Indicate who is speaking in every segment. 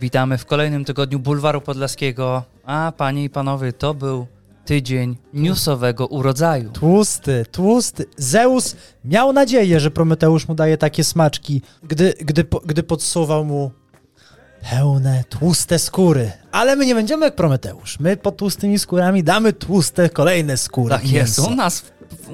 Speaker 1: Witamy w kolejnym tygodniu Bulwaru Podlaskiego. A panie i panowie, to był tydzień newsowego urodzaju.
Speaker 2: Tłusty, tłusty. Zeus miał nadzieję, że Prometeusz mu daje takie smaczki, gdy, gdy, po- gdy podsuwał mu pełne, tłuste skóry. Ale my nie będziemy jak Prometeusz. My pod tłustymi skórami damy tłuste kolejne skóry.
Speaker 1: Tak jest.
Speaker 2: Mięso.
Speaker 1: U nas, w-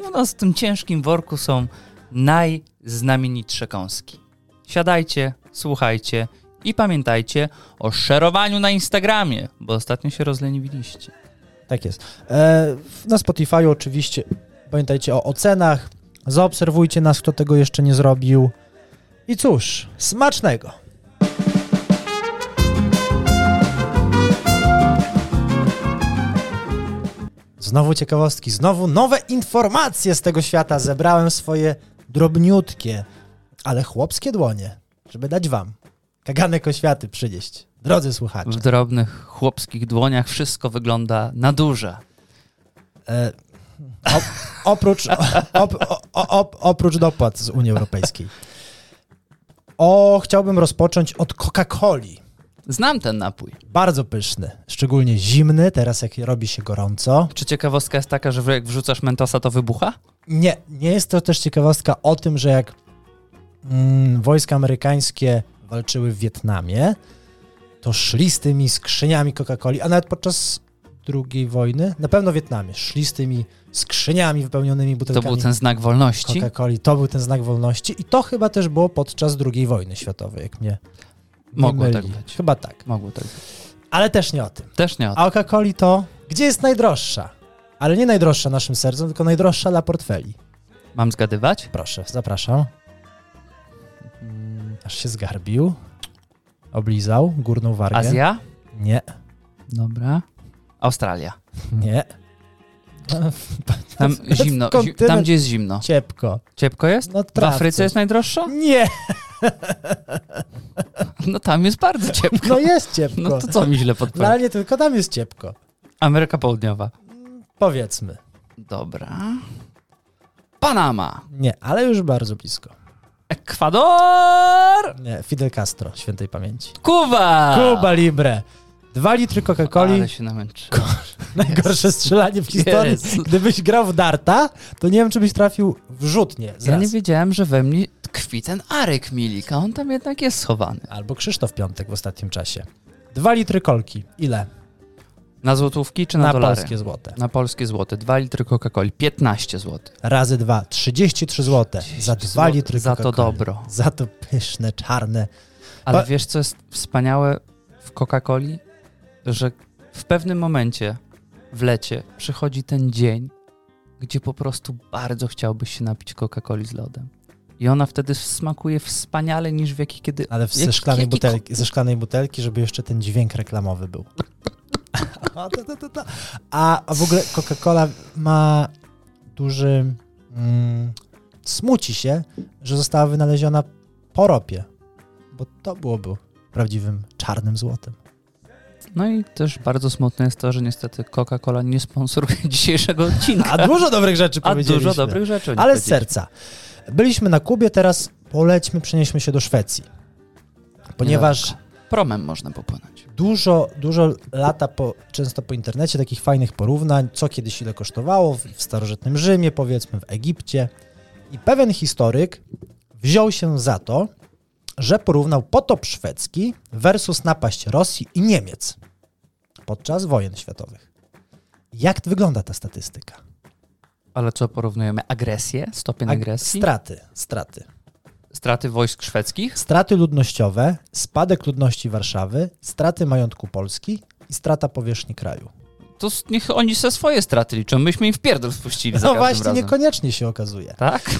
Speaker 1: u nas w tym ciężkim worku są najznamienitsze kąski. Siadajcie, słuchajcie i pamiętajcie o szerowaniu na Instagramie, bo ostatnio się rozleniwiliście.
Speaker 2: Tak jest. E, w- na Spotify oczywiście pamiętajcie o ocenach. Zaobserwujcie nas, kto tego jeszcze nie zrobił. I cóż, smacznego. Znowu ciekawostki, znowu nowe informacje z tego świata. Zebrałem swoje drobniutkie, ale chłopskie dłonie, żeby dać wam kaganek oświaty przynieść. Drodzy słuchacze.
Speaker 1: W drobnych chłopskich dłoniach wszystko wygląda na duże.
Speaker 2: E, op, oprócz, op, o- o- op, oprócz dopłat z Unii Europejskiej. O, chciałbym rozpocząć od Coca-Coli.
Speaker 1: Znam ten napój.
Speaker 2: Bardzo pyszny, szczególnie zimny, teraz jak robi się gorąco.
Speaker 1: Czy ciekawostka jest taka, że jak wrzucasz mentosa, to wybucha?
Speaker 2: Nie, nie jest to też ciekawostka o tym, że jak mm, wojska amerykańskie walczyły w Wietnamie, to szli z tymi skrzyniami Coca-Coli, a nawet podczas II wojny, na pewno w Wietnamie, szli z tymi skrzyniami wypełnionymi
Speaker 1: To
Speaker 2: butelkami.
Speaker 1: był ten znak wolności.
Speaker 2: Coca-Coli. To był ten znak wolności i to chyba też było podczas II wojny światowej, jak mnie nie
Speaker 1: Mogło
Speaker 2: myli.
Speaker 1: tak być.
Speaker 2: Chyba tak.
Speaker 1: Mogło tak być.
Speaker 2: Ale też nie o tym.
Speaker 1: Też nie o
Speaker 2: A o Coca-Coli to gdzie jest najdroższa? Ale nie najdroższa naszym sercom, tylko najdroższa dla portfeli.
Speaker 1: Mam zgadywać?
Speaker 2: Proszę, zapraszam. Mm, Aż się zgarbił. Oblizał górną wargę.
Speaker 1: Azja?
Speaker 2: Nie,
Speaker 1: Dobra. Australia.
Speaker 2: nie.
Speaker 1: Tam zimno. zi- Tam,
Speaker 2: kontynent-
Speaker 1: gdzie jest zimno.
Speaker 2: Ciepko.
Speaker 1: Ciepło jest?
Speaker 2: No,
Speaker 1: W
Speaker 2: trawce.
Speaker 1: Afryce jest najdroższa?
Speaker 2: Nie,
Speaker 1: No tam jest bardzo ciepło.
Speaker 2: no jest ciepko.
Speaker 1: No to co mi źle
Speaker 2: No,
Speaker 1: podpowiada?
Speaker 2: ale nie tylko tam jest ciepko.
Speaker 1: Ameryka Południowa.
Speaker 2: Powiedzmy.
Speaker 1: Dobra. Panama.
Speaker 2: Nie, ale już bardzo blisko.
Speaker 1: Ekwador.
Speaker 2: Nie, Fidel Castro, świętej pamięci.
Speaker 1: Kuba.
Speaker 2: Kuba Libre. Dwa litry Coca-Coli,
Speaker 1: No, Ale się namęczy.
Speaker 2: najgorsze strzelanie w historii.
Speaker 1: Jezu.
Speaker 2: Gdybyś grał w darta, to nie wiem, czy byś trafił w rzutnie.
Speaker 1: Ja nie
Speaker 2: Zaraz.
Speaker 1: wiedziałem, że we mnie tkwi ten Arek Milika. On tam jednak jest schowany.
Speaker 2: Albo Krzysztof Piątek w ostatnim czasie. Dwa litry kolki. Ile?
Speaker 1: Na złotówki czy na,
Speaker 2: Na
Speaker 1: dolary?
Speaker 2: polskie złote.
Speaker 1: Na polskie złote. 2 litry Coca-Coli. 15 zł.
Speaker 2: Razy dwa. 33 złote. E, Za dwa
Speaker 1: zł-
Speaker 2: litry
Speaker 1: za to
Speaker 2: Coca-Coli.
Speaker 1: dobro.
Speaker 2: Za to pyszne, czarne.
Speaker 1: Ale
Speaker 2: Pa-
Speaker 1: wiesz, co jest wspaniałe w Coca-Coli? Że w pewnym momencie w lecie przychodzi ten dzień, gdzie po prostu bardzo chciałbyś się napić Coca-Coli z lodem. I ona wtedy smakuje wspaniale niż w jakiej kiedy...
Speaker 2: Ale w, ze,
Speaker 1: jak-
Speaker 2: szklanej
Speaker 1: jaki-
Speaker 2: butelki, ze szklanej butelki, żeby jeszcze ten dźwięk reklamowy był. A, to, to, to, to. A a w ogóle Coca-Cola ma duży. Mm, smuci się, że została wynaleziona po ropie, bo to byłoby prawdziwym czarnym złotem.
Speaker 1: No i też bardzo smutne jest to, że niestety Coca-Cola nie sponsoruje dzisiejszego odcinka.
Speaker 2: A dużo dobrych rzeczy
Speaker 1: A
Speaker 2: powiedzieliśmy.
Speaker 1: dużo dobrych rzeczy. o nich
Speaker 2: Ale z
Speaker 1: powiedzieliśmy.
Speaker 2: serca. Byliśmy na Kubie, teraz polećmy, przenieśmy się do Szwecji. Ponieważ
Speaker 1: Promem można popłynąć.
Speaker 2: dużo, dużo lata po, często po internecie takich fajnych porównań, co kiedyś ile kosztowało w, w starożytnym Rzymie, powiedzmy w Egipcie. I pewien historyk wziął się za to, że porównał potop szwedzki versus napaść Rosji i Niemiec podczas wojen światowych. Jak wygląda ta statystyka?
Speaker 1: Ale co porównujemy? Agresję? Stopień
Speaker 2: Ag-
Speaker 1: agresji?
Speaker 2: Straty, straty.
Speaker 1: straty wojsk szwedzkich?
Speaker 2: Straty ludnościowe, spadek ludności Warszawy, straty majątku Polski i strata powierzchni kraju.
Speaker 1: To s- niech oni se swoje straty liczą. Myśmy im w pierdol spuścili za
Speaker 2: No
Speaker 1: każdym
Speaker 2: właśnie,
Speaker 1: razem.
Speaker 2: niekoniecznie się okazuje.
Speaker 1: Tak?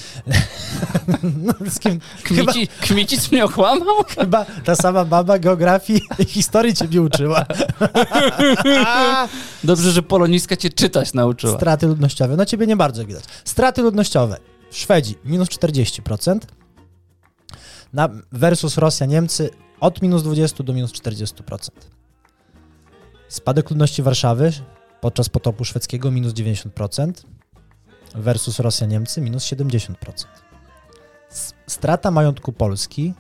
Speaker 2: No, z kim, chyba,
Speaker 1: Kmici, Kmicic mnie okłamał?
Speaker 2: chyba ta sama baba geografii i historii ciebie uczyła.
Speaker 1: Dobrze, że poloniska cię czytać nauczyła.
Speaker 2: Straty ludnościowe. No ciebie nie bardzo widać. Straty ludnościowe. Szwedzi minus 40%. Na versus Rosja, Niemcy od minus 20 do minus 40%. Spadek ludności Warszawy podczas potopu szwedzkiego minus 90% versus Rosja, Niemcy minus 70%. S- Strata majątku Polski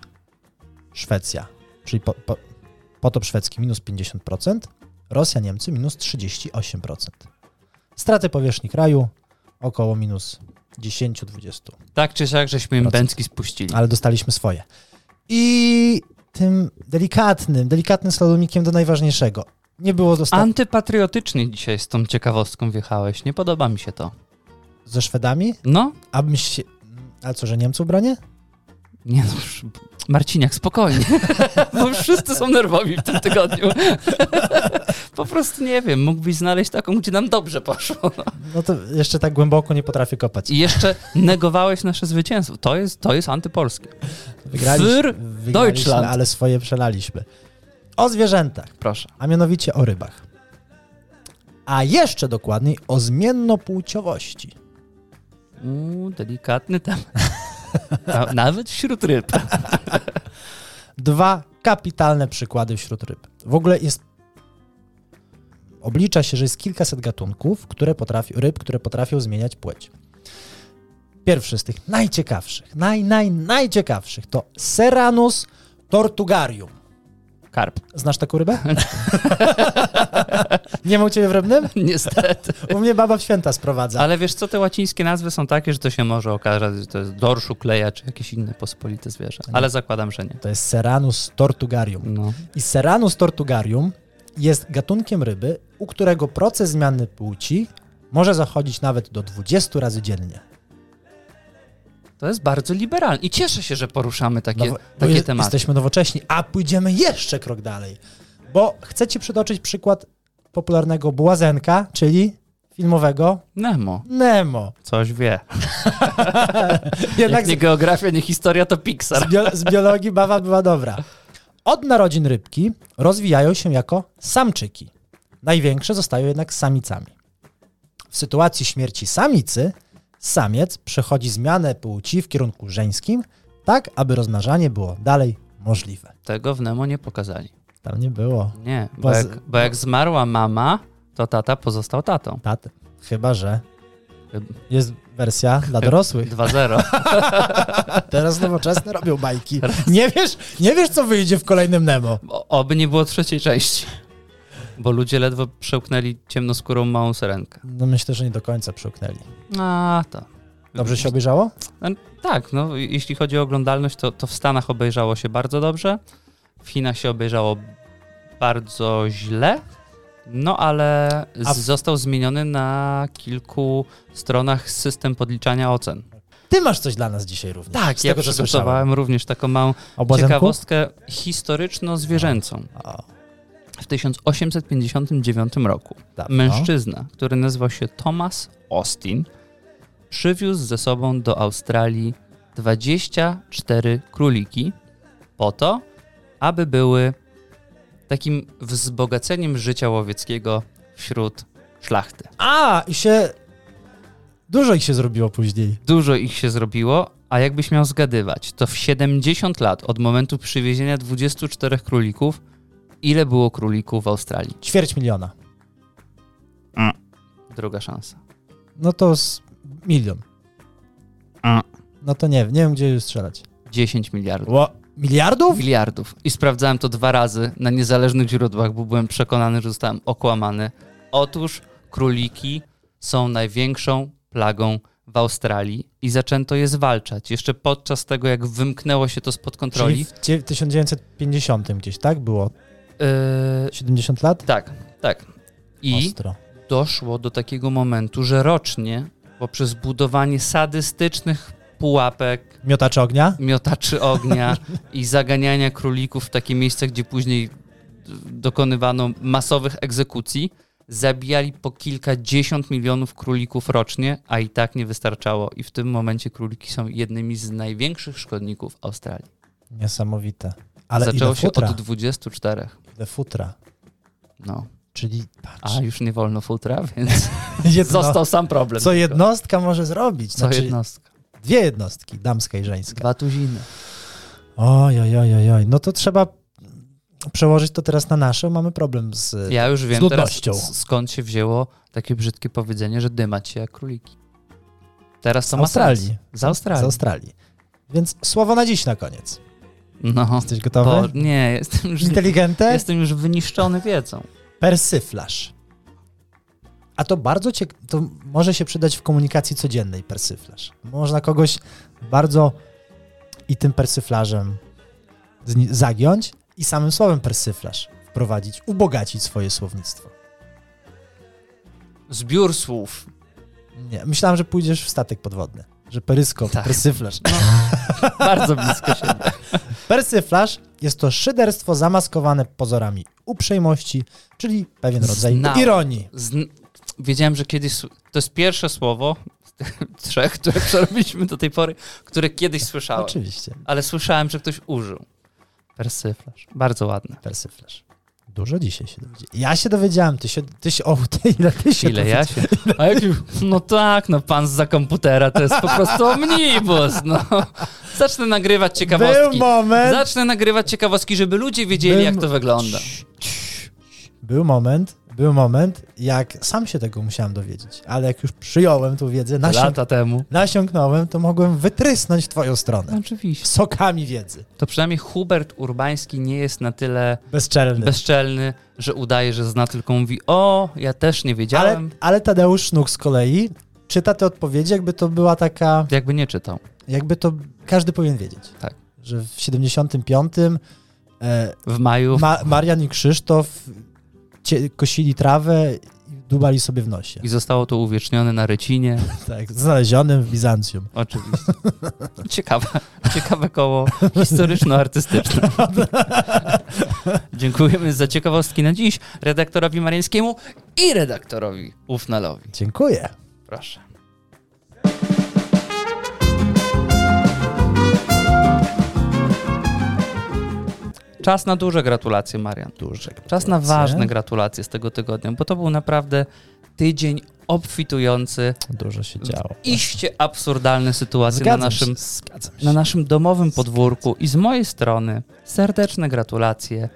Speaker 2: Szwecja, czyli po, po, Potop szwedzki minus 50%, Rosja, Niemcy minus 38%. Straty powierzchni kraju około minus 10-20,
Speaker 1: Tak czy siak, żeśmy im
Speaker 2: Procent.
Speaker 1: bęcki spuścili.
Speaker 2: ale dostaliśmy swoje. I tym delikatnym, delikatnym slalomikiem do najważniejszego. Nie było dostaw
Speaker 1: Antypatriotycznie dzisiaj z tą ciekawostką wjechałeś. Nie podoba mi się to.
Speaker 2: ze Szwedami,
Speaker 1: No,
Speaker 2: a myśl... A co, że Niemcy ubranie?
Speaker 1: nie no, już- Marciniak, spokojnie. Bo już wszyscy są nerwowi w tym tygodniu. po prostu nie wiem, mógłbyś znaleźć taką, gdzie nam dobrze poszło. No.
Speaker 2: No to jeszcze tak głęboko nie potrafię kopać.
Speaker 1: I jeszcze negowałeś nasze zwycięstwo. To jest, to jest antypolskie. Für
Speaker 2: wygraliśmy
Speaker 1: Deutschland.
Speaker 2: ale swoje przelaliśmy. O zwierzętach.
Speaker 1: Proszę.
Speaker 2: a mianowicie o rybach. A jeszcze dokładniej o zmiennopłciowości.
Speaker 1: Uuu, delikatny temat. Na, nawet wśród ryb.
Speaker 2: Dwa kapitalne przykłady wśród ryb. W ogóle jest. Oblicza się, że jest kilkaset gatunków które potrafi, ryb, które potrafią zmieniać płeć. Pierwszy z tych najciekawszych, naj, naj, najciekawszych to Seranus tortugarium.
Speaker 1: Karp.
Speaker 2: Znasz taką rybę? Nie ma u ciebie w rybnym?
Speaker 1: Niestety.
Speaker 2: U mnie baba w święta sprowadza.
Speaker 1: Ale wiesz co, te łacińskie nazwy są takie, że to się może okazać, że to jest dorszu kleja czy jakieś inne pospolite zwierzę. Ale zakładam, że nie.
Speaker 2: To jest Seranus tortugarium.
Speaker 1: No.
Speaker 2: I Seranus tortugarium jest gatunkiem ryby, u którego proces zmiany płci może zachodzić nawet do 20 razy dziennie.
Speaker 1: To jest bardzo liberalne. I cieszę się, że poruszamy takie,
Speaker 2: Nowo- bo
Speaker 1: takie
Speaker 2: je-
Speaker 1: tematy.
Speaker 2: Jesteśmy nowocześni, a pójdziemy jeszcze krok dalej. Bo chcę ci przytoczyć przykład popularnego błazenka, czyli filmowego
Speaker 1: Nemo.
Speaker 2: Nemo.
Speaker 1: Coś wie.
Speaker 2: Jednak
Speaker 1: Jak nie geografia, nie historia, to Pixar.
Speaker 2: z, bio, z biologii bawa była dobra. Od narodzin rybki rozwijają się jako samczyki. Największe zostają jednak samicami. W sytuacji śmierci samicy samiec przechodzi zmianę płci w kierunku żeńskim, tak aby rozmnażanie było dalej możliwe.
Speaker 1: Tego w Nemo nie pokazali.
Speaker 2: Tam nie było
Speaker 1: Nie, bo,
Speaker 2: Bo z-
Speaker 1: jak, bo jak zmarła mama, to tata pozostał tatą.
Speaker 2: taty. Chyba, że jest wersja dla dorosłych.
Speaker 1: 2-0.
Speaker 2: Teraz nowoczesne robią bajki. Nie wiesz, nie wiesz co wyjdzie w kolejnym Nemo.
Speaker 1: O- Oby nie było trzeciej części. Bo ludzie ledwo przełknęli ciemnoskórą małą serenkę.
Speaker 2: No myślę, że nie do końca przełknęli.
Speaker 1: A, to.
Speaker 2: Dobrze się obejrzało?
Speaker 1: No, Tak, no jeśli chodzi o oglądalność, to, to w Stanach obejrzało się bardzo dobrze, w Chinach się obejrzało bardzo źle, no ale z-
Speaker 2: A w-
Speaker 1: został zmieniony na kilku stronach system podliczania ocen.
Speaker 2: Ty masz coś dla nas dzisiaj również.
Speaker 1: Tak,
Speaker 2: z
Speaker 1: ja
Speaker 2: tego, co słyszałem.
Speaker 1: przygotowałem również taką małą
Speaker 2: O Błazenku?
Speaker 1: ciekawostkę historyczno-zwierzęcą.
Speaker 2: O,
Speaker 1: W 1859 roku
Speaker 2: dawno.
Speaker 1: mężczyzna, który nazywał się Thomas Austin, przywiózł ze sobą do Australii 24 króliki po to, aby były takim wzbogaceniem życia łowieckiego wśród szlachty.
Speaker 2: no. A, i się... Dużo ich się zrobiło później.
Speaker 1: Dużo ich się zrobiło, a jakbyś miał zgadywać, to w 70 lat od momentu przywiezienia 24 królików, ile było królików w Australii?
Speaker 2: Ćwierć miliona.
Speaker 1: Druga szansa.
Speaker 2: No to z... milion.
Speaker 1: A.
Speaker 2: No to nie, nie wiem, gdzie już strzelać.
Speaker 1: 10 miliardów.
Speaker 2: Ło, miliardów?
Speaker 1: miliardów. I sprawdzałem to dwa razy na niezależnych źródłach, bo byłem przekonany, że zostałem okłamany. Otóż króliki są największą plagą w Australii i zaczęto je zwalczać. Jeszcze podczas tego, jak wymknęło się to spod
Speaker 2: Czyli
Speaker 1: kontroli.
Speaker 2: w dzie- 1950 gdzieś, tak? Było
Speaker 1: Yy,
Speaker 2: 70 lat?
Speaker 1: tak, tak. I
Speaker 2: Ostro.
Speaker 1: doszło do takiego momentu, że rocznie poprzez budowanie sadystycznych pułapek
Speaker 2: Miotacz ognia?
Speaker 1: miotaczy ognia i zaganiania królików w takie miejsca, gdzie później d- dokonywano masowych egzekucji, zabijali po kilkadziesiąt milionów królików rocznie, a i tak nie wystarczało. I w tym momencie króliki są jednymi z największych szkodników Australii.
Speaker 2: Niesamowite. Ale
Speaker 1: Zaczęło
Speaker 2: ile
Speaker 1: się
Speaker 2: futra?
Speaker 1: od 24.
Speaker 2: Ile futra?
Speaker 1: No,
Speaker 2: Czyli patrz,
Speaker 1: a już nie wolno futra, więc
Speaker 2: jedno...
Speaker 1: został sam problem.
Speaker 2: No. co
Speaker 1: tylko.
Speaker 2: jednostka może zrobić?
Speaker 1: Co
Speaker 2: Znaczy,
Speaker 1: jednostka.
Speaker 2: Dwie jednostki, damska i żeńska.
Speaker 1: Dwa tuziny.
Speaker 2: Oj, oj, oj, oj, oj. No to trzeba przełożyć to teraz na nasze. Mamy problem z.
Speaker 1: Ja już wiem teraz
Speaker 2: ludnością.
Speaker 1: s- skąd się wzięło takie brzydkie powiedzenie, że dymać się jak króliki. Teraz to ma
Speaker 2: Z Australii.
Speaker 1: sens. Z Australii.
Speaker 2: Z Australii. Więc słowo na dziś na koniec.
Speaker 1: No.
Speaker 2: Jesteś gotowy?
Speaker 1: Bo, nie, jestem już,
Speaker 2: Inteligentę?
Speaker 1: jestem już wyniszczony wiedzą.
Speaker 2: Persyflaż. A to bardzo ciek- to może się przydać w komunikacji codziennej persyflaż. Można kogoś bardzo i tym persyflażem zni- zagiąć i samym słowem persyflaż wprowadzić, ubogacić swoje słownictwo.
Speaker 1: Zbiór słów.
Speaker 2: Nie, myślałem, że pójdziesz w statek podwodny, że peryskop, No,
Speaker 1: Tak.
Speaker 2: persyflaż.
Speaker 1: Bardzo blisko się.
Speaker 2: Persyflaż jest to szyderstwo zamaskowane pozorami uprzejmości, czyli pewien rodzaj
Speaker 1: Znałem.
Speaker 2: ironii.
Speaker 1: Zn- wiedziałem, że kiedyś. s- To jest pierwsze słowo z tych trzech, które przerobiliśmy do tej pory, które kiedyś słyszałem.
Speaker 2: Oczywiście,
Speaker 1: Ale słyszałem, że ktoś użył. Persyflaż. Bardzo ładne.
Speaker 2: persyflaż. Dużo dzisiaj się dowiedziałem. Ja się dowiedziałem, ty się, ty się o, ty, ile ty się
Speaker 1: Ile ja się. A jak... No tak, no pan z za komputera to jest po prostu omnibus. No. Zacznę nagrywać
Speaker 2: Był
Speaker 1: ciekawostki.
Speaker 2: moment,
Speaker 1: Zacznę nagrywać ciekawostki, żeby ludzie wiedzieli,
Speaker 2: Był-
Speaker 1: jak to wygląda.
Speaker 2: był moment, był moment, jak sam się tego musiałem dowiedzieć, ale jak już przyjąłem tą wiedzę, nasią,
Speaker 1: Lata temu.
Speaker 2: nasiąknąłem, to mogłem wytrysnąć w twoją stronę.
Speaker 1: Oczywiście.
Speaker 2: Sokami wiedzy.
Speaker 1: To przynajmniej Hubert Urbański nie jest na tyle
Speaker 2: Bezczelny.
Speaker 1: bezczelny, że udaje, że zna, tylko mówi: O, ja też nie
Speaker 2: ale,
Speaker 1: wiedziałem.
Speaker 2: ale Tadeusz Sznuk z kolei czyta te odpowiedzi, jakby to była taka
Speaker 1: Jakby nie czytał.
Speaker 2: Jakby to każdy powinien wiedzieć.
Speaker 1: Tak.
Speaker 2: Że w 75 e,
Speaker 1: W maju.
Speaker 2: Ma- Marian i Krzysztof cie- kosili trawę i dubali sobie w nosie.
Speaker 1: I zostało to uwiecznione na Rycinie.
Speaker 2: Tak, znalezionym w Bizancjum.
Speaker 1: Oczywiście. Ciekawe, ciekawe koło historyczno-artystyczne. Dziękujemy za ciekawostki na dziś redaktorowi Marińskiemu i redaktorowi Ufnalowi.
Speaker 2: Dziękuję.
Speaker 1: Proszę. Czas na duże gratulacje, Marian.
Speaker 2: Duże
Speaker 1: Czas na ważne gratulacje z tego tygodnia, bo to był naprawdę tydzień obfitujący,
Speaker 2: Dużo się działo.
Speaker 1: iście absurdalne sytuacje
Speaker 2: Zgadzam
Speaker 1: na naszym
Speaker 2: się. Zgadzam się.
Speaker 1: na naszym domowym podwórku i z mojej strony serdeczne gratulacje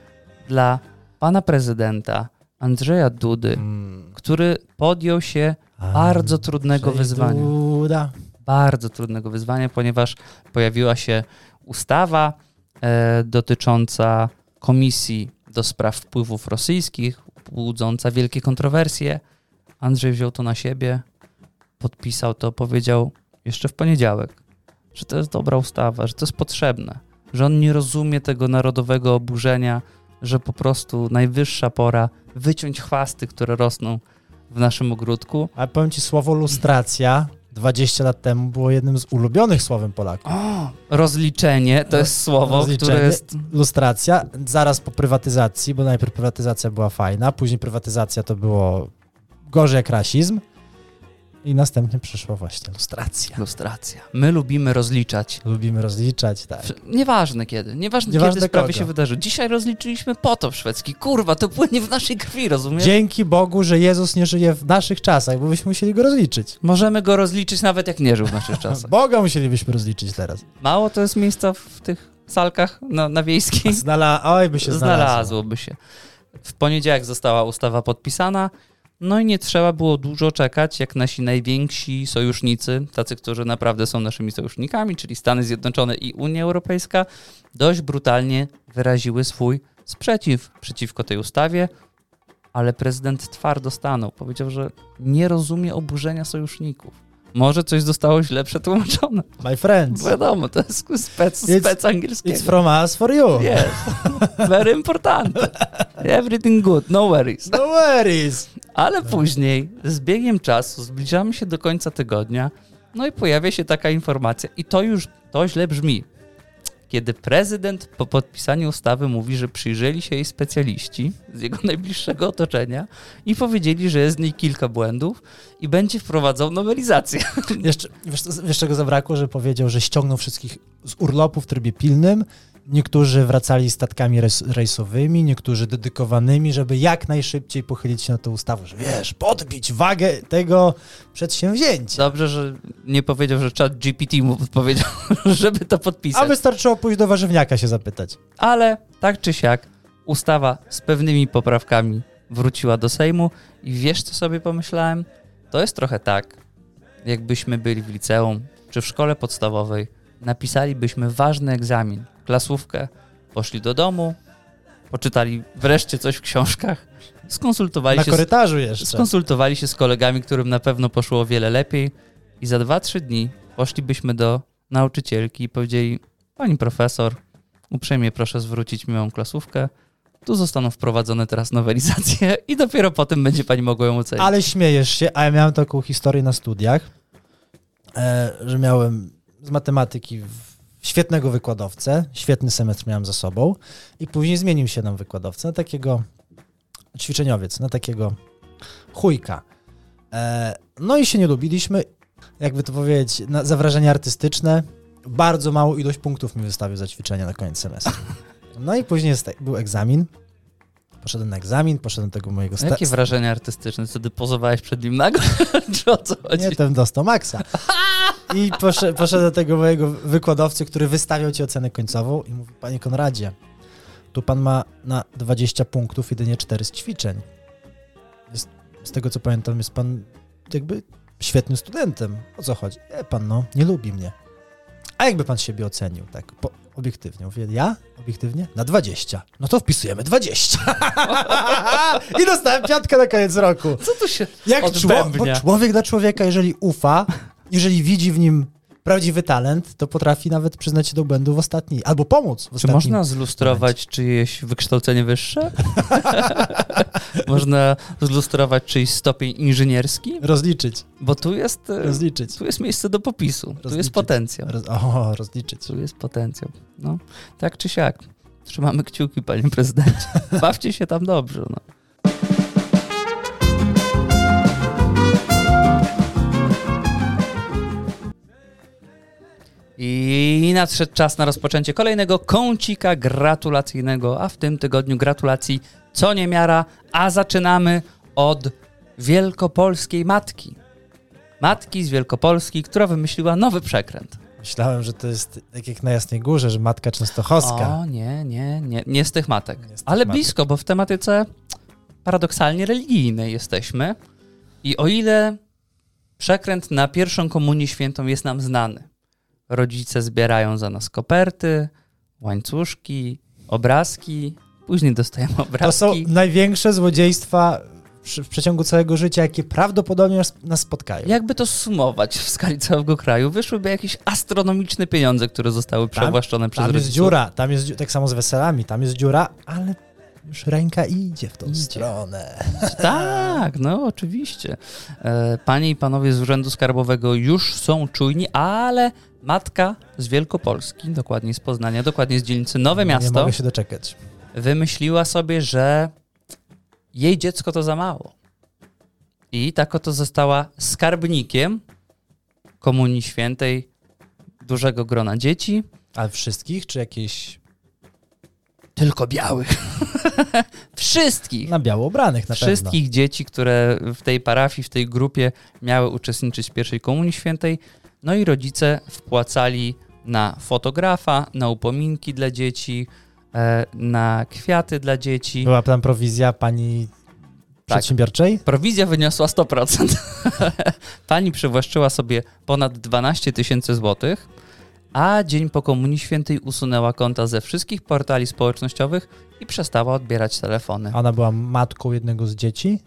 Speaker 1: dla pana prezydenta Andrzeja Dudy,
Speaker 2: Mm.
Speaker 1: który podjął się bardzo trudnego
Speaker 2: Andrzej
Speaker 1: wyzwania.
Speaker 2: Duda.
Speaker 1: Bardzo trudnego wyzwania, ponieważ pojawiła się ustawa e, dotycząca komisji do spraw wpływów rosyjskich, budząca wielkie kontrowersje. Andrzej wziął to na siebie, podpisał to, powiedział jeszcze w poniedziałek, że to jest dobra ustawa, że to jest potrzebne, że on nie rozumie tego narodowego oburzenia, że po prostu najwyższa pora wyciąć chwasty, które rosną w naszym ogródku.
Speaker 2: Ale powiem ci słowo lustracja 20 lat temu było jednym z ulubionych słowem Polaków.
Speaker 1: O, rozliczenie to jest słowo,
Speaker 2: rozliczenie.
Speaker 1: które jest.
Speaker 2: lustracja, zaraz po prywatyzacji, bo najpierw prywatyzacja była fajna, później prywatyzacja to było gorzej jak rasizm i następnie przyszła właśnie lustracja.
Speaker 1: Ilustracja. My lubimy rozliczać.
Speaker 2: Lubimy rozliczać, tak.
Speaker 1: W- Nieważne kiedy, nieważne,
Speaker 2: Nieważne
Speaker 1: kiedy sprawy
Speaker 2: kogo.
Speaker 1: się wydarzy. Dzisiaj rozliczyliśmy potop szwedzki. Kurwa, to płynie w naszej krwi, rozumiesz?
Speaker 2: Dzięki Bogu, że Jezus nie żyje w naszych czasach, bo byśmy musieli go rozliczyć.
Speaker 1: Możemy go rozliczyć nawet jak nie żył w naszych czasach.
Speaker 2: Boga musielibyśmy rozliczyć teraz.
Speaker 1: Mało to jest miejsca w tych salkach na, na wiejskiej.
Speaker 2: Znala... Oj, by się znalazło.
Speaker 1: Znalazłoby się. W poniedziałek została ustawa podpisana, no i nie trzeba było dużo czekać, jak nasi najwięksi sojusznicy, tacy, którzy naprawdę są naszymi sojusznikami, czyli Stany Zjednoczone i Unia Europejska, dość brutalnie wyraziły swój sprzeciw przeciwko tej ustawie, ale prezydent twardo stanął. Powiedział, że nie rozumie oburzenia sojuszników. Może coś zostało źle przetłumaczone.
Speaker 2: My friends,
Speaker 1: Wiadomo, to jest spec,
Speaker 2: It's-
Speaker 1: spec angielskiego.
Speaker 2: it's from us for you.
Speaker 1: Yes. Very important. Everything good, no worries.
Speaker 2: No worries.
Speaker 1: Ale później, z biegiem czasu, zbliżamy się do końca tygodnia, no i pojawia się taka informacja. I to już, to źle brzmi. Kiedy prezydent po podpisaniu ustawy mówi, że przyjrzeli się jej specjaliści z jego najbliższego otoczenia i powiedzieli, że jest z niej kilka błędów i będzie wprowadzał nowelizację.
Speaker 2: Jeszcze, wiesz, co- wiesz czego zabrakło, że powiedział, że ściągnął wszystkich z urlopu w trybie pilnym. Niektórzy wracali statkami rejs- rejsowymi, niektórzy dedykowanymi, żeby jak najszybciej pochylić się na tę ustawę, że wiesz, podbić wagę tego przedsięwzięcia.
Speaker 1: Dobrze, że nie powiedział, że chat GPT mu odpowiedział, żeby to podpisać.
Speaker 2: A wystarczyło pójść do warzywniaka się zapytać.
Speaker 1: ale tak czy siak ustawa z pewnymi poprawkami wróciła do Sejmu i wiesz co sobie pomyślałem? To jest trochę tak, jakbyśmy byli w liceum czy w szkole podstawowej, napisalibyśmy ważny egzamin, klasówkę, poszli do domu, poczytali wreszcie coś w książkach, skonsultowali
Speaker 2: Na
Speaker 1: się z
Speaker 2: korytarzu jeszcze.
Speaker 1: Skonsultowali się z kolegami, którym na pewno poszło o wiele lepiej i za 2-3 dni poszlibyśmy do nauczycielki i powiedzieli Pani profesor, uprzejmie proszę zwrócić mi moją klasówkę. Tu zostaną wprowadzone teraz nowelizacje i dopiero potem będzie pani mogła ją ocenić.
Speaker 2: Ale śmiejesz się, a ja miałem taką historię na studiach, e, że miałem z matematyki w- świetnego wykładowcę, świetny semestr miałem za sobą i później zmienił się nam wykładowca na takiego ćwiczeniowiec, na takiego chujka. E, no i się nie lubiliśmy, jakby to powiedzieć, na, za wrażenia artystyczne. Bardzo małą ilość punktów mi wystawił za ćwiczenia na koniec semestru. No i później jest, był egzamin. Poszedłem na egzamin, poszedłem do tego mojego sta-
Speaker 1: No Jakie wrażenia artystyczne? Wtedy pozowałeś przed nim nago? Czy o co chodzi?
Speaker 2: nie, ten dostał maksa. I poszedł, poszedł do tego mojego wykładowcy, który wystawiał ci ocenę końcową i mówi, panie Konradzie, tu pan ma na 20 punktów jedynie 4 z ćwiczeń. Jest, z tego co pamiętam, jest pan jakby świetnym studentem. O co chodzi? E, pan no, nie lubi mnie. A jakby pan siebie ocenił tak po, obiektywnie? Mówię, ja? Obiektywnie? Na 20. No to wpisujemy 20. I dostałem piątkę na koniec roku.
Speaker 1: Co tu się
Speaker 2: Jak człowiek,
Speaker 1: odbębnia?
Speaker 2: bo człowiek dla człowieka, jeżeli ufa, jeżeli widzi w nim prawdziwy talent, to potrafi nawet przyznać się do błędu w ostatniej, albo pomóc w
Speaker 1: Czy
Speaker 2: ostatnim.
Speaker 1: można zlustrować czyjeś wykształcenie wyższe? można zlustrować czyjś stopień inżynierski?
Speaker 2: Rozliczyć,
Speaker 1: Bo tu jest, e,
Speaker 2: rozliczyć.
Speaker 1: tu jest miejsce do popisu, tu
Speaker 2: Rozliczyć.
Speaker 1: jest potencjał.
Speaker 2: Roz, o, rozliczyć.
Speaker 1: Tu jest potencjał. No, tak czy siak. Trzymamy kciuki, panie prezydencie. Bawcie się tam dobrze. No. I nadszedł czas na rozpoczęcie kolejnego kącika gratulacyjnego, a w tym tygodniu gratulacji co niemiara, a zaczynamy od wielkopolskiej matki. Matki z Wielkopolski, która wymyśliła nowy przekręt.
Speaker 2: Myślałem, że to jest tak jak na Jasnej Górze, że matka częstochowska.
Speaker 1: O, nie, nie, nie, nie z tych matek.
Speaker 2: Nie z tych
Speaker 1: Ale
Speaker 2: matek.
Speaker 1: blisko, bo w tematyce paradoksalnie religijnej jesteśmy. I o ile przekręt na pierwszą komunię świętą jest nam znany, rodzice zbierają za nas koperty, łańcuszki, obrazki, później dostajemy
Speaker 2: to są
Speaker 1: obrazki.
Speaker 2: największe złodziejstwa przy, w przeciągu całego życia, jakie prawdopodobnie nas, nas spotkają.
Speaker 1: Jakby to sumować w skali całego kraju, wyszłyby jakieś astronomiczne pieniądze, które zostały przewłaszczone przez
Speaker 2: Tam jest
Speaker 1: rodziców.
Speaker 2: dziura, tam jest dziu- tak samo z weselami, tam jest dziura, ale już ręka idzie w tą
Speaker 1: Idzie.
Speaker 2: stronę.
Speaker 1: Tak, no oczywiście. E, Panie i panowie z Urzędu Skarbowego już są czujni, ale matka z Wielkopolski, dokładnie z Poznania, dokładnie z dzielnicy Nowe
Speaker 2: Nie
Speaker 1: Miasto,
Speaker 2: mogę się doczekać.
Speaker 1: wymyśliła sobie, że jej dziecko to za mało. I tak oto została skarbnikiem Komunii Świętej dużego grona dzieci.
Speaker 2: Ale wszystkich, czy jakieś
Speaker 1: Tylko białych. Wszystkich.
Speaker 2: na biało ubranych na
Speaker 1: wszystkich dzieci, które w tej parafii, w tej grupie miały uczestniczyć w pierwszej komunii świętej. No i rodzice wpłacali na fotografa, na upominki dla dzieci, e, na kwiaty dla dzieci.
Speaker 2: pewno. Była tam prowizja pani przedsiębiorczej?
Speaker 1: Prowizja wyniosła 100%. Pani przywłaszczyła sobie ponad 12 tysięcy złotych, a dzień po Komunii Świętej usunęła konta ze wszystkich portali społecznościowych i przestała odbierać telefony.
Speaker 2: Ona była matką jednego z dzieci.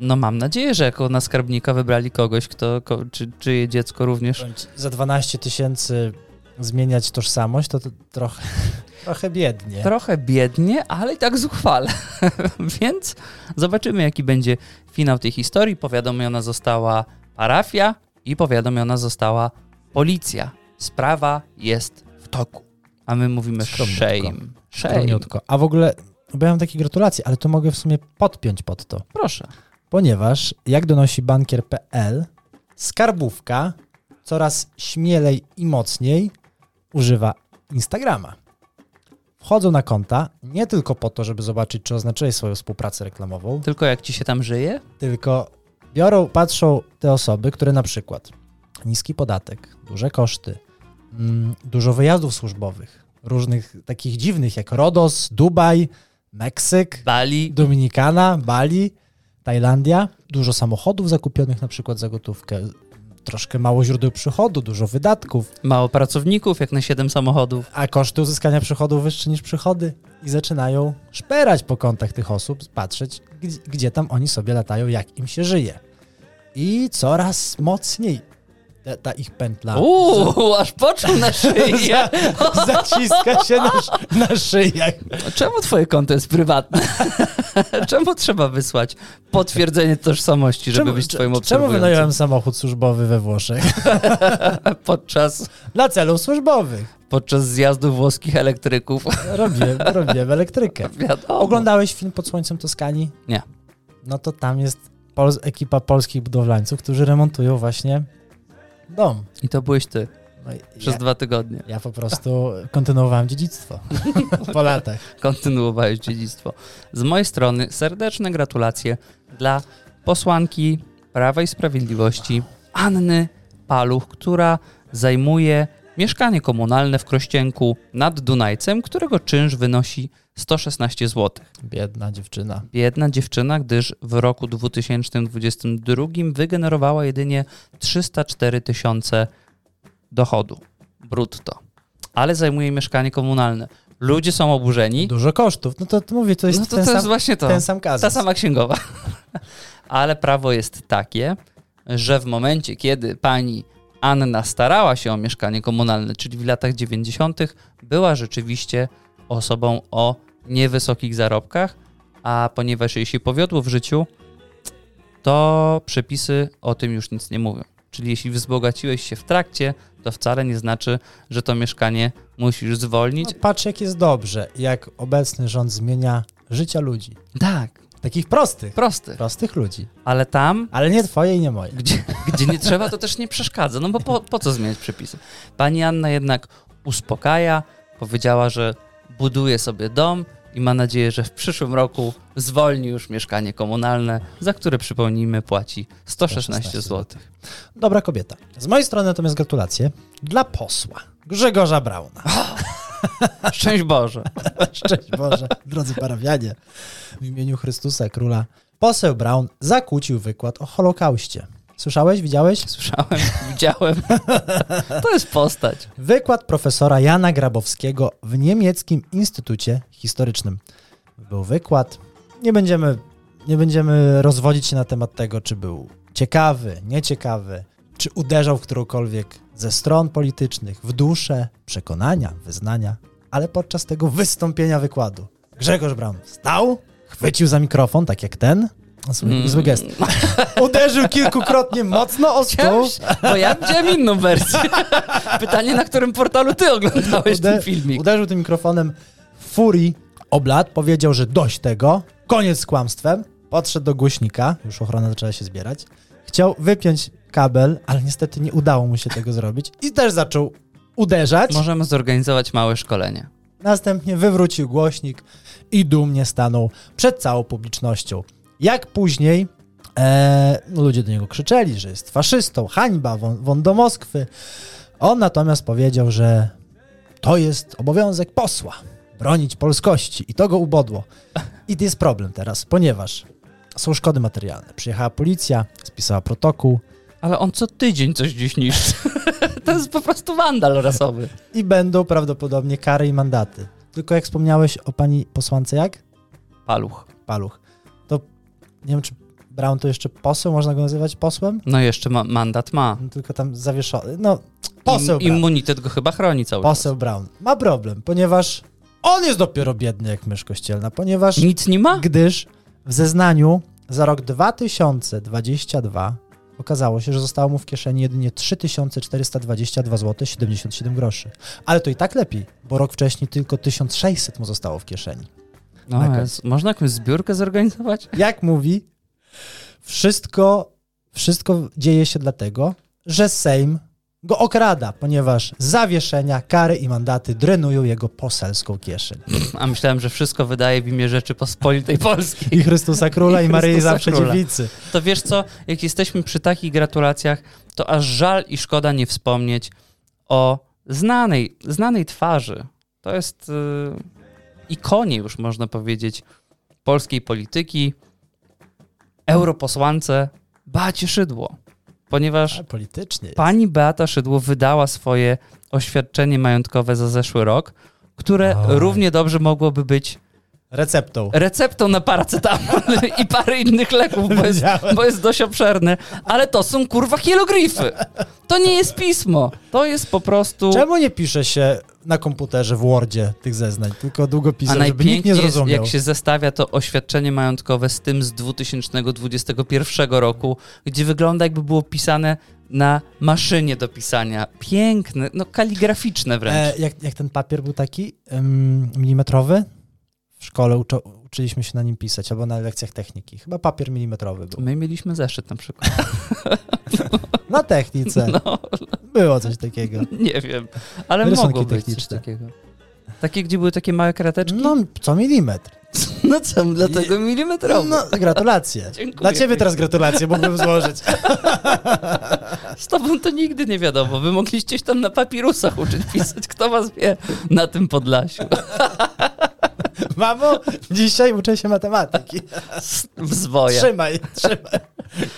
Speaker 1: No mam nadzieję, że jako na skarbnika wybrali kogoś, kto, ko, czy, czyje dziecko również.
Speaker 2: Za 12 tysięcy zmieniać tożsamość, to, to trochę, trochę biednie.
Speaker 1: Trochę biednie, ale i tak zuchwale. Więc zobaczymy, jaki będzie finał tej historii. Powiadomiona została parafia i powiadomiona została policja. Sprawa jest w toku. A my mówimy
Speaker 2: Skromniutko.
Speaker 1: shame. Shame.
Speaker 2: Skromniutko. A w ogóle, bo ja mam takie gratulacje, ale to mogę w sumie podpiąć pod to.
Speaker 1: Proszę.
Speaker 2: Ponieważ, jak donosi bankier.pl, skarbówka coraz śmielej i mocniej używa Instagrama. Wchodzą na konta nie tylko po to, żeby zobaczyć, czy oznaczyłeś swoją współpracę reklamową,
Speaker 1: Tylko jak ci się tam żyje?
Speaker 2: tylko biorą, patrzą te osoby, które na przykład niski podatek, duże koszty, mm, dużo wyjazdów służbowych, różnych takich dziwnych jak Rodos, Dubaj, Meksyk,
Speaker 1: Bali.
Speaker 2: Dominikana, Bali, Tajlandia. Dużo samochodów zakupionych na przykład za gotówkę. troszkę mało źródeł przychodu, dużo wydatków,
Speaker 1: Mało pracowników, jak na 7 samochodów.
Speaker 2: a koszty uzyskania przychodu wyższe niż przychody i zaczynają szperać po kontach tych osób, patrzeć, gdzie, gdzie tam oni sobie latają, jak im się żyje. I coraz mocniej ta, ta ich pętla
Speaker 1: Uuu, aż poczuł na szyję.
Speaker 2: za, zaciska się na, sz- na szyjach.
Speaker 1: Czemu twoje konto jest prywatne? Czemu trzeba wysłać potwierdzenie tożsamości, żeby być twoim
Speaker 2: czemu
Speaker 1: obserwującym?
Speaker 2: wynająłem samochód służbowy we Włoszech?
Speaker 1: podczas,
Speaker 2: Dla celów służbowych.
Speaker 1: podczas zjazdu włoskich elektryków.
Speaker 2: Robiłem, robiłem elektrykę.
Speaker 1: Wiadomo.
Speaker 2: Oglądałeś film pod słońcem Toskanii?
Speaker 1: Nie.
Speaker 2: No to tam jest pol- ekipa polskich budowlańców, którzy remontują właśnie dom.
Speaker 1: I to byłeś ty
Speaker 2: No i
Speaker 1: przez
Speaker 2: ja,
Speaker 1: dwa tygodnie.
Speaker 2: ja po prostu kontynuowałem dziedzictwo po latach.
Speaker 1: Kontynuowałeś dziedzictwo. Z mojej strony serdeczne gratulacje dla posłanki Prawa i Sprawiedliwości Anny Paluch, która zajmuje mieszkanie komunalne w Krościenku nad Dunajcem, którego czynsz wynosi 116 zł.
Speaker 2: Biedna dziewczyna.
Speaker 1: Biedna dziewczyna, gdyż w roku 2022 wygenerowała jedynie 304 tysiące dochodu brutto, ale zajmuje mieszkanie komunalne. Ludzie są oburzeni.
Speaker 2: Dużo kosztów. No to, to mówię, to jest,
Speaker 1: No to
Speaker 2: ten,
Speaker 1: to jest
Speaker 2: sam,
Speaker 1: właśnie to,
Speaker 2: ten sam kazus.
Speaker 1: ta sama księgowa. Ale prawo jest takie, że w momencie, kiedy pani Anna starała się o mieszkanie komunalne, czyli w latach 90., była rzeczywiście osobą o niewysokich zarobkach, a ponieważ jej się powiodło w życiu, to przepisy o tym już nic nie mówią. Czyli jeśli wzbogaciłeś się w trakcie, to wcale nie znaczy, że to mieszkanie musisz zwolnić.
Speaker 2: No, patrz jak jest dobrze, jak obecny rząd zmienia życia ludzi.
Speaker 1: Tak,
Speaker 2: Takich prostych,
Speaker 1: prosty.
Speaker 2: prostych ludzi.
Speaker 1: Ale tam
Speaker 2: Ale nie twoje i nie moje.
Speaker 1: Gdzie, gdzie nie trzeba, to też nie przeszkadza. No bo po, po co zmieniać przepisy? Pani Anna jednak uspokaja, powiedziała, że buduje sobie dom i ma nadzieję, że w przyszłym roku zwolni już mieszkanie komunalne, za które przypomnijmy płaci 116 zł.
Speaker 2: Dobra kobieta. Z mojej strony natomiast gratulacje dla posła Grzegorza Brauna.
Speaker 1: Szczęść Boże.
Speaker 2: Szczęść Boże, drodzy parawianie. W imieniu Chrystusa Króla poseł Brown zakłócił wykład o Holokauście. Słyszałeś, widziałeś?
Speaker 1: Słyszałem, widziałem. To jest postać.
Speaker 2: Wykład profesora Jana Grabowskiego w niemieckim Instytucie Historycznym. Był wykład. Nie będziemy, nie będziemy rozwodzić się na temat tego, czy był ciekawy, nieciekawy, czy uderzał w którąkolwiek ze stron politycznych, w duszę, przekonania, wyznania, ale podczas tego wystąpienia wykładu Grzegorz Braun wstał, chwycił za mikrofon, tak jak ten. Zły,
Speaker 1: Mm.
Speaker 2: zły gest. Uderzył kilkukrotnie mocno o stół.
Speaker 1: Chciałem, bo ja widziałem inną wersję. Pytanie, na którym portalu ty oglądałeś ten
Speaker 2: Ude-
Speaker 1: filmik.
Speaker 2: Uderzył tym mikrofonem w furii oblat, powiedział, że dość tego, koniec z kłamstwem, podszedł do głośnika, już ochrona zaczęła się zbierać, chciał wypiąć kabel, ale niestety nie udało mu się tego zrobić i też zaczął uderzać.
Speaker 1: Możemy zorganizować małe szkolenie.
Speaker 2: Następnie wywrócił głośnik i dumnie stanął przed całą publicznością. Jak później e, no ludzie do niego krzyczeli, że jest faszystą, hańba, won, won do Moskwy. On natomiast powiedział, że to jest obowiązek posła bronić polskości i to go ubodło. I to jest problem teraz, ponieważ są szkody materialne. Przyjechała policja, spisała protokół
Speaker 1: Ale on co tydzień coś gdzieś niszczy. to jest po prostu wandal rasowy.
Speaker 2: i będą prawdopodobnie kary i mandaty. Tylko jak wspomniałeś o pani posłance, jak?
Speaker 1: Paluch.
Speaker 2: paluch. To nie wiem, czy Brown to jeszcze poseł, można go nazywać posłem?
Speaker 1: No jeszcze ma, mandat ma.
Speaker 2: No, Tylko tam zawieszony. No,
Speaker 1: Im,
Speaker 2: poseł Brown.
Speaker 1: immunitet go chyba chroni cały
Speaker 2: Poseł Brown ma problem, ponieważ on jest dopiero biedny jak mysz kościelna, ponieważ
Speaker 1: czas. Nic nie ma?
Speaker 2: gdyż w zeznaniu za rok 2022 okazało się, że zostało mu w kieszeni jedynie 3422 zł 77 groszy. Ale to i tak lepiej, bo rok wcześniej tylko 1600 mu zostało w kieszeni.
Speaker 1: No,
Speaker 2: Okej.
Speaker 1: jest, można jakąś zbiórkę zorganizować?
Speaker 2: jak mówi, wszystko, wszystko dzieje się dlatego, że Sejm go okrada, ponieważ zawieszenia, kary i mandaty drenują jego poselską kieszeń.
Speaker 1: A myślałem, że wszystko wydaje w imię Rzeczypospolitej Polskiej.
Speaker 2: I Chrystusa Króla, i,
Speaker 1: I
Speaker 2: Maryi
Speaker 1: Chrystusa
Speaker 2: Zawsze
Speaker 1: Króla.
Speaker 2: Dziewicy.
Speaker 1: To wiesz co, jak jesteśmy przy takich gratulacjach, to aż żal i szkoda nie wspomnieć o znanej, znanej twarzy. To jest y, ikonie już można powiedzieć polskiej polityki, europosłance Beacie Szydło, ponieważ
Speaker 2: A, politycznie. jest.
Speaker 1: pani Beata Szydło wydała swoje oświadczenie majątkowe za zeszły rok, które
Speaker 2: Oj.
Speaker 1: równie dobrze mogłoby być
Speaker 2: Receptą.
Speaker 1: receptą na paracetamol i parę innych leków, bo jest,
Speaker 2: Wiedziałem.
Speaker 1: bo jest dość obszerne. Ale to są kurwa hieroglify. To nie jest pismo. To jest po prostu.
Speaker 2: Czemu nie pisze się na komputerze w Wordzie tych zeznań, tylko długopisem, żeby nikt nie
Speaker 1: najpiękniej jest,
Speaker 2: zrozumiał?
Speaker 1: jak się zestawia to oświadczenie majątkowe z tym z 2021 roku, gdzie wygląda jakby było pisane na maszynie do pisania. Piękne, no kaligraficzne wręcz.
Speaker 2: E, jak, jak ten papier był taki em, milimetrowy? W szkole uczo, uczyliśmy się na nim pisać, albo na lekcjach techniki. Chyba papier milimetrowy był.
Speaker 1: My mieliśmy zeszyt na przykład.
Speaker 2: Na technice
Speaker 1: No,
Speaker 2: było coś takiego.
Speaker 1: nie wiem, ale
Speaker 2: Rysunki
Speaker 1: mogło być coś
Speaker 2: techniczne.
Speaker 1: takiego. Takie, gdzie były takie małe krateczki?
Speaker 2: No, co milimetr.
Speaker 1: No co, dlatego milimetrowy.
Speaker 2: No, gratulacje.
Speaker 1: Dziękuję.
Speaker 2: Dla ciebie teraz gratulacje, mógłbym złożyć.
Speaker 1: Z tobą to nigdy nie wiadomo. Wy mogliście się tam na papirusach uczyć pisać. Kto was wie na tym Podlasiu?
Speaker 2: Mamo, dzisiaj uczę się matematyki.
Speaker 1: W zwoje.
Speaker 2: Trzymaj, trzymaj.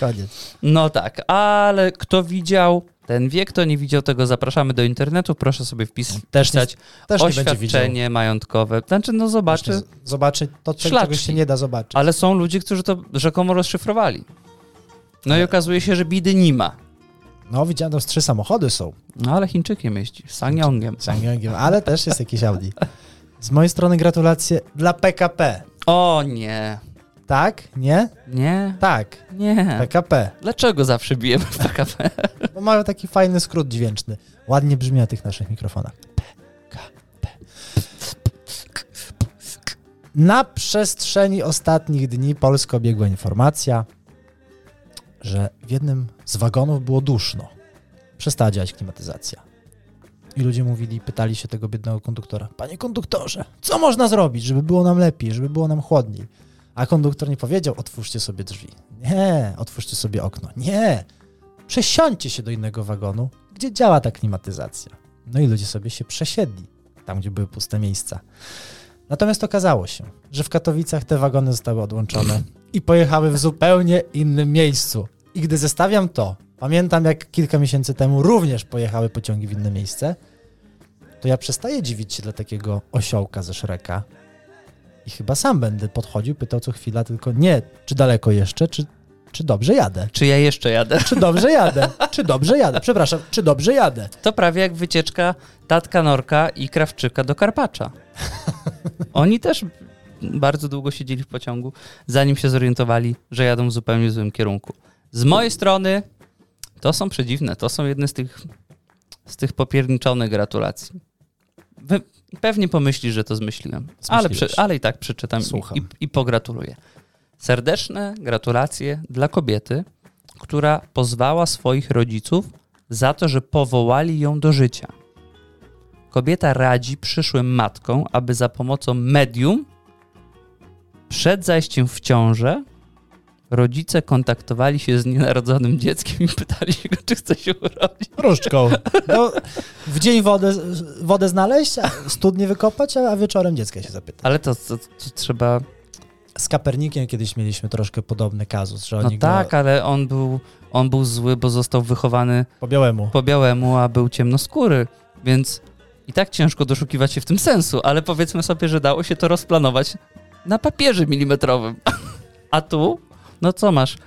Speaker 2: Koniec.
Speaker 1: No tak, ale kto widział, ten wie, kto nie widział tego, zapraszamy do internetu. Proszę sobie wpis-
Speaker 2: Też nie,
Speaker 1: wpisać
Speaker 2: też nie będzie widział.
Speaker 1: oświadczenie majątkowe. Znaczy, no zobaczy,
Speaker 2: Właśnie z- Zobaczy to, co- czego
Speaker 1: Szlaczki.
Speaker 2: się nie da zobaczyć.
Speaker 1: ale są ludzie, którzy to rzekomo rozszyfrowali. No i
Speaker 2: Tak.
Speaker 1: okazuje się, że bidy nie ma.
Speaker 2: No, widziałem, tam z trzy samochody są.
Speaker 1: No ale Chińczykiem jeździ, Sangyongiem.
Speaker 2: z Angielgiem, ale też jest jakiś Audi. Z mojej strony gratulacje dla PKP.
Speaker 1: O nie,
Speaker 2: Tak? Nie?
Speaker 1: nie,
Speaker 2: Tak.
Speaker 1: nie.
Speaker 2: PKP.
Speaker 1: Dlaczego zawsze bijemy w PKP?
Speaker 2: Bo mają taki fajny skrót dźwięczny. Ładnie brzmi na tych naszych mikrofonach. Na przestrzeni ostatnich dni Polskę obiegła informacja, że w jednym z wagonów było duszno. Przestała działać klimatyzacja. I ludzie mówili, pytali się tego biednego konduktora: Panie konduktorze, co można zrobić, żeby było nam lepiej, żeby było nam chłodniej? A konduktor nie powiedział: Otwórzcie sobie drzwi. Nie, otwórzcie sobie okno. Nie, przesiądźcie się do innego wagonu, gdzie działa ta klimatyzacja. No i ludzie sobie się przesiedli, tam gdzie były puste miejsca. Natomiast okazało się, że w Katowicach te wagony zostały odłączone i pojechały w zupełnie innym miejscu. I gdy zestawiam to, pamiętam jak kilka miesięcy temu również pojechały pociągi w inne miejsce, to ja przestaję dziwić się dla takiego osiołka ze Szreka. I chyba sam będę podchodził, pytał co chwila, tylko nie, czy daleko jeszcze, czy, czy dobrze jadę
Speaker 1: Czy ja jeszcze jadę?
Speaker 2: czy dobrze jadę, czy dobrze jadę, przepraszam, czy dobrze jadę.
Speaker 1: To prawie jak wycieczka tatka Norka i Krawczyka do Karpacza. Oni też bardzo długo siedzieli w pociągu, zanim się zorientowali, że jadą w zupełnie złym kierunku. Z mojej strony to są przedziwne, to są jedne z tych, z tych popierniczonych gratulacji. Wy- Pewnie pomyślisz, że to zmyśliłem, ale,
Speaker 2: Zmyśliłeś.
Speaker 1: przy, ale i tak przeczytam
Speaker 2: Słucham.
Speaker 1: i, i pogratuluję. Serdeczne gratulacje dla kobiety, która pozwała swoich rodziców za to, że powołali ją do życia. Kobieta radzi przyszłym matkom, aby za pomocą medium przed zajściem w ciążę rodzice kontaktowali się z nienarodzonym dzieckiem i pytali się go, czy chce się urodzić.
Speaker 2: Różdżką. No, w dzień wodę, wodę znaleźć, a studnie wykopać, a a wieczorem dziecka się zapyta.
Speaker 1: Ale to, to, to trzeba...
Speaker 2: Z Kapernikiem kiedyś mieliśmy troszkę podobny kazus, że
Speaker 1: No
Speaker 2: oni
Speaker 1: tak,
Speaker 2: go
Speaker 1: ale on był, on był zły, bo został wychowany
Speaker 2: po białemu.
Speaker 1: po białemu, a był ciemnoskóry, więc i tak ciężko doszukiwać się w tym sensu, ale powiedzmy sobie, że dało się to rozplanować na papierze milimetrowym. A tu? No co masz?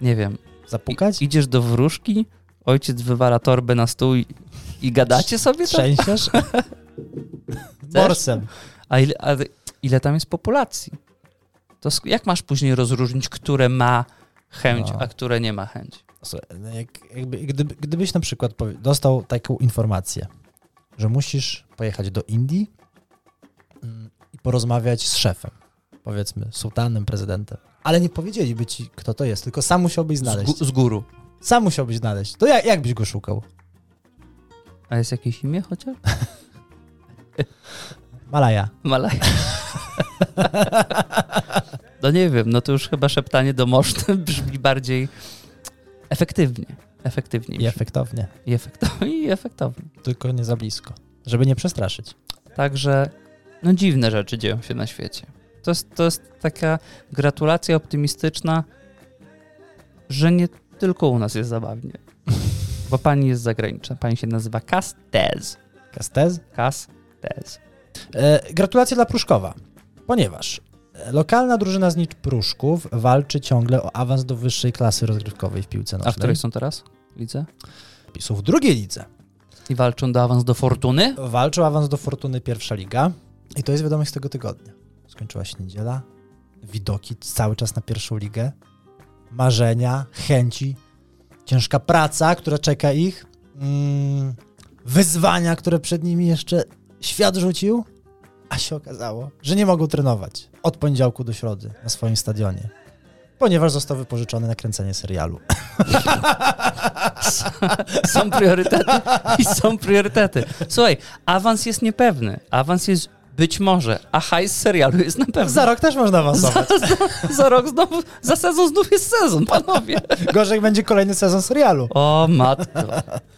Speaker 1: Nie wiem.
Speaker 2: Zapukać?
Speaker 1: I, idziesz do wróżki, ojciec wywala torbę na stół i, i gadacie sobie tam?
Speaker 2: Trzęsiesz? Morsem.
Speaker 1: A ile, a ile tam jest populacji? To sk- jak masz później rozróżnić, które ma chęć,
Speaker 2: No.
Speaker 1: a które nie ma chęć?
Speaker 2: Słuchaj, no jak, jakby, gdyby, gdybyś na przykład powie- dostał taką informację, że musisz pojechać do Indii mm, i porozmawiać z szefem, powiedzmy, sułtanem, prezydentem, ale nie powiedzieliby ci, kto to jest, tylko sam musiałbyś
Speaker 1: Z,
Speaker 2: znaleźć.
Speaker 1: gó- z góru.
Speaker 2: Sam musiałbyś znaleźć. To jak, jak byś go szukał?
Speaker 1: A jest jakieś imię chociaż?
Speaker 2: Malaja.
Speaker 1: Malaja. no nie wiem, no to już chyba szeptanie do moszty brzmi bardziej efektywnie. Efektywnie.
Speaker 2: I
Speaker 1: brzmi.
Speaker 2: efektownie,
Speaker 1: I efektownie. I efektownie.
Speaker 2: tylko nie za blisko, żeby nie przestraszyć.
Speaker 1: Także no dziwne rzeczy dzieją się na świecie. To jest, to jest taka gratulacja optymistyczna, że nie Tylko u nas jest zabawnie. Bo pani jest zagraniczna. Pani się nazywa Castez.
Speaker 2: Kastez.
Speaker 1: Castez.
Speaker 2: E, gratulacje dla Pruszkowa, ponieważ e, lokalna drużyna z Nicz Pruszków walczy ciągle o awans do wyższej klasy rozgrywkowej w piłce
Speaker 1: A
Speaker 2: nożnej.
Speaker 1: w której są teraz? Widzę.
Speaker 2: Są w drugiej lidze.
Speaker 1: I walczą do awans do Fortuny?
Speaker 2: Walczył awans do Fortuny pierwsza liga i to jest wiadomość z tego tygodnia. Skończyła się niedziela, widoki cały czas na pierwszą ligę, marzenia, chęci, ciężka praca, która czeka ich, mm, wyzwania, które przed nimi jeszcze świat rzucił, a się okazało, że nie mogą trenować od poniedziałku do środy na swoim stadionie, ponieważ został wypożyczony na kręcenie serialu.
Speaker 1: Są priorytety i są priorytety. Słuchaj, awans jest niepewny. Awans jest być może, a hajs z serialu jest na pewno.
Speaker 2: Za rok też można awansować.
Speaker 1: Za rok znowu, za sezon znów jest sezon, panowie.
Speaker 2: Gorzej jak będzie kolejny sezon serialu.
Speaker 1: O matko,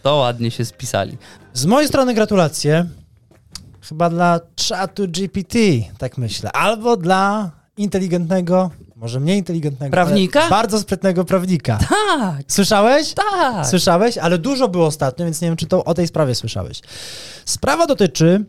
Speaker 1: to ładnie się spisali.
Speaker 2: Z mojej strony gratulacje. Chyba dla czatu GPT, tak myślę. Albo dla inteligentnego, może mniej inteligentnego.
Speaker 1: Prawnika?
Speaker 2: ale Bardzo sprytnego prawnika.
Speaker 1: Tak,
Speaker 2: Słyszałeś?
Speaker 1: tak.
Speaker 2: Słyszałeś, ale dużo było ostatnio, więc nie wiem, czy to o tej sprawie słyszałeś. Sprawa dotyczy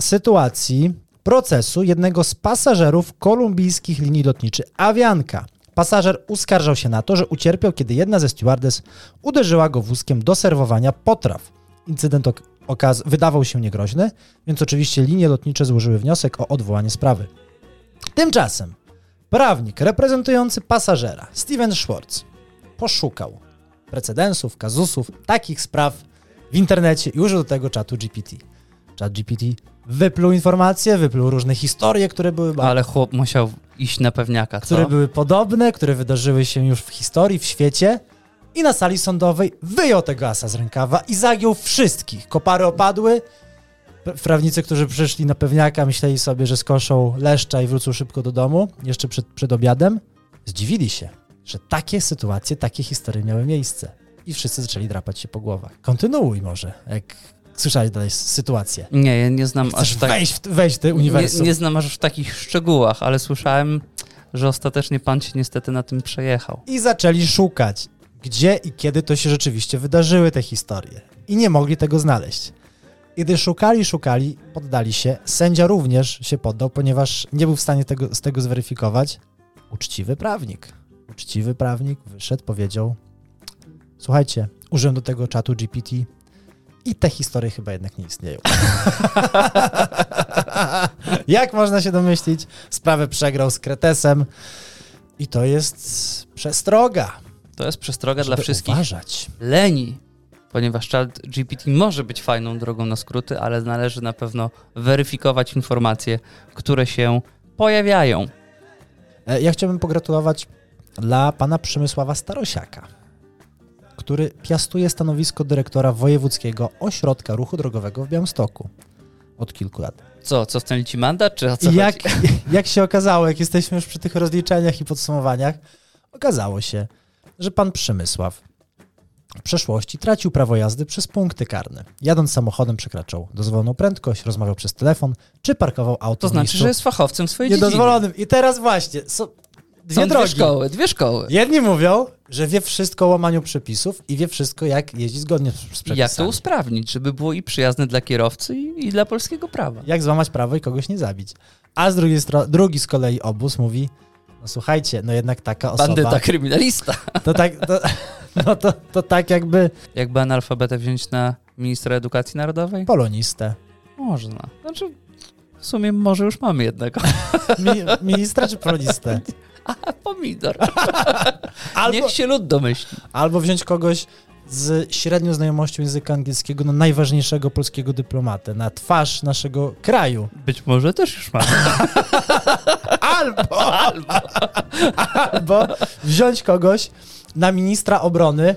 Speaker 2: sytuacji procesu jednego z pasażerów kolumbijskich linii lotniczych Avianca. Pasażer uskarżał się na to, że ucierpiał, kiedy jedna ze stewardes uderzyła go wózkiem do serwowania potraw. Incydent ok- okaz- wydawał się niegroźny, więc oczywiście linie lotnicze złożyły wniosek o odwołanie sprawy. Tymczasem prawnik reprezentujący pasażera Steven Schwartz poszukał precedensów, kazusów, takich spraw w internecie i użył do tego czatu GPT. Czat GPT wypluł informacje, wypluł różne historie, które były, ba-
Speaker 1: Ale chłop musiał iść na pewniaka, co?
Speaker 2: które były podobne, które wydarzyły się już w historii, w świecie. I na sali sądowej wyjął tego asa z rękawa i zagiął wszystkich. Kopary opadły. P- Prawnicy, którzy przyszli na pewniaka, myśleli sobie, że skoszą leszcza i wrócą szybko do domu, jeszcze przed, przed obiadem. Zdziwili się, że takie sytuacje, takie historie miały miejsce. I wszyscy zaczęli drapać się po głowach. Kontynuuj może, jak słyszałeś dalej s- sytuację.
Speaker 1: Nie, ja nie znam aż
Speaker 2: Chcesz
Speaker 1: tak.
Speaker 2: wejść w, t- wejść w te
Speaker 1: Nie,
Speaker 2: uniwersum.
Speaker 1: nie znam aż w takich szczegółach, ale słyszałem, że ostatecznie pan się niestety na tym przejechał.
Speaker 2: i zaczęli szukać, gdzie i kiedy to się rzeczywiście wydarzyły te historie. I nie mogli tego znaleźć. I gdy szukali, szukali, poddali się. Sędzia również się poddał, ponieważ nie był w stanie tego, z tego zweryfikować. Uczciwy prawnik. Uczciwy prawnik wyszedł, powiedział: Słuchajcie, użyłem do tego czatu GPT i te historie chyba jednak nie istnieją. Jak można się domyślić, sprawę przegrał z Kretesem. I to jest przestroga.
Speaker 1: To jest przestroga dla
Speaker 2: żeby
Speaker 1: wszystkich
Speaker 2: Uważać.
Speaker 1: leni, ponieważ chat GPT może być fajną drogą na skróty, ale należy na pewno weryfikować informacje, które się pojawiają.
Speaker 2: E, Ja chciałbym pogratulować dla pana Przemysława Starosiaka, który piastuje stanowisko dyrektora Wojewódzkiego Ośrodka Ruchu Drogowego w Białymstoku od kilku lat.
Speaker 1: Co, co ten ci mandat, czy o co
Speaker 2: I jak,
Speaker 1: chodzi?
Speaker 2: jak się okazało, jak jesteśmy już przy tych rozliczeniach i podsumowaniach, okazało się, że pan Przemysław w przeszłości tracił prawo jazdy przez punkty karne. Jadąc samochodem przekraczał dozwoloną prędkość, rozmawiał przez telefon, czy parkował auto
Speaker 1: To
Speaker 2: w
Speaker 1: znaczy,
Speaker 2: miejscu
Speaker 1: że jest fachowcem w swojej dziedzinie.
Speaker 2: niedozwolonym. I teraz właśnie, są dwie
Speaker 1: Są dwie
Speaker 2: drogi.
Speaker 1: szkoły, dwie szkoły.
Speaker 2: Jedni mówią, że wie wszystko o łamaniu przepisów i wie wszystko, jak jeździ zgodnie z z przepisami.
Speaker 1: Jak to usprawnić, żeby było i przyjazne dla kierowcy, i, i dla polskiego prawa?
Speaker 2: jak złamać prawo i kogoś nie zabić. A z drugiej strony, drugi z kolei obóz mówi, no słuchajcie, no jednak taka osoba,
Speaker 1: Bandyta kryminalista.
Speaker 2: to tak, to, no to, to tak jakby
Speaker 1: Jakby analfabetę wziąć na ministra edukacji narodowej?
Speaker 2: polonistę.
Speaker 1: Można. Znaczy, w sumie może już mamy jednego.
Speaker 2: Mi, ministra czy polonistę?
Speaker 1: A pomidor.
Speaker 2: Albo,
Speaker 1: Niech się lud domyśli.
Speaker 2: albo wziąć kogoś z średnią znajomością języka angielskiego, no najważniejszego polskiego dyplomatę na twarz naszego kraju.
Speaker 1: Być może też już mamy.
Speaker 2: Albo, albo wziąć kogoś na ministra obrony,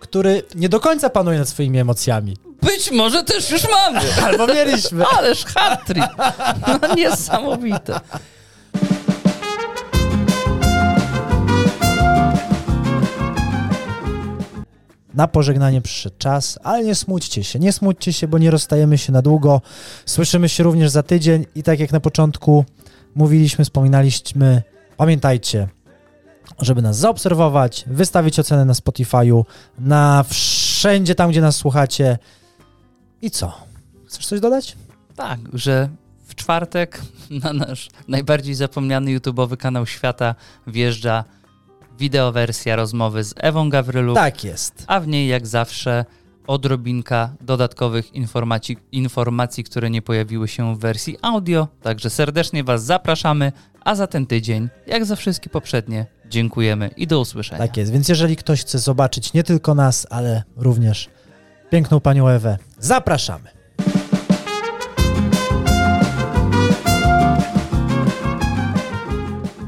Speaker 2: który nie do końca panuje nad swoimi emocjami.
Speaker 1: Być może też już mamy.
Speaker 2: Albo mieliśmy.
Speaker 1: Ależ hat-trick. No niesamowite.
Speaker 2: Na pożegnanie przyszedł czas, ale nie smućcie się, nie smućcie się, bo nie rozstajemy się na długo. Słyszymy się również za tydzień i tak jak na początku mówiliśmy, wspominaliśmy, pamiętajcie, żeby nas zaobserwować, wystawić ocenę na Spotify'u, na wszędzie tam, gdzie nas słuchacie. I co? Chcesz coś dodać?
Speaker 1: Tak, że w czwartek na nasz najbardziej zapomniany YouTube'owy kanał świata wjeżdża wideowersja rozmowy z Ewą Gawryluk,
Speaker 2: Tak jest.
Speaker 1: a w niej jak zawsze odrobinka dodatkowych informacji, informacji, które nie pojawiły się w wersji audio. Także serdecznie Was zapraszamy, a za ten tydzień, jak za wszystkie poprzednie, dziękujemy i do usłyszenia.
Speaker 2: Tak jest. Więc jeżeli ktoś chce zobaczyć nie tylko nas, ale również piękną panią Ewę, zapraszamy.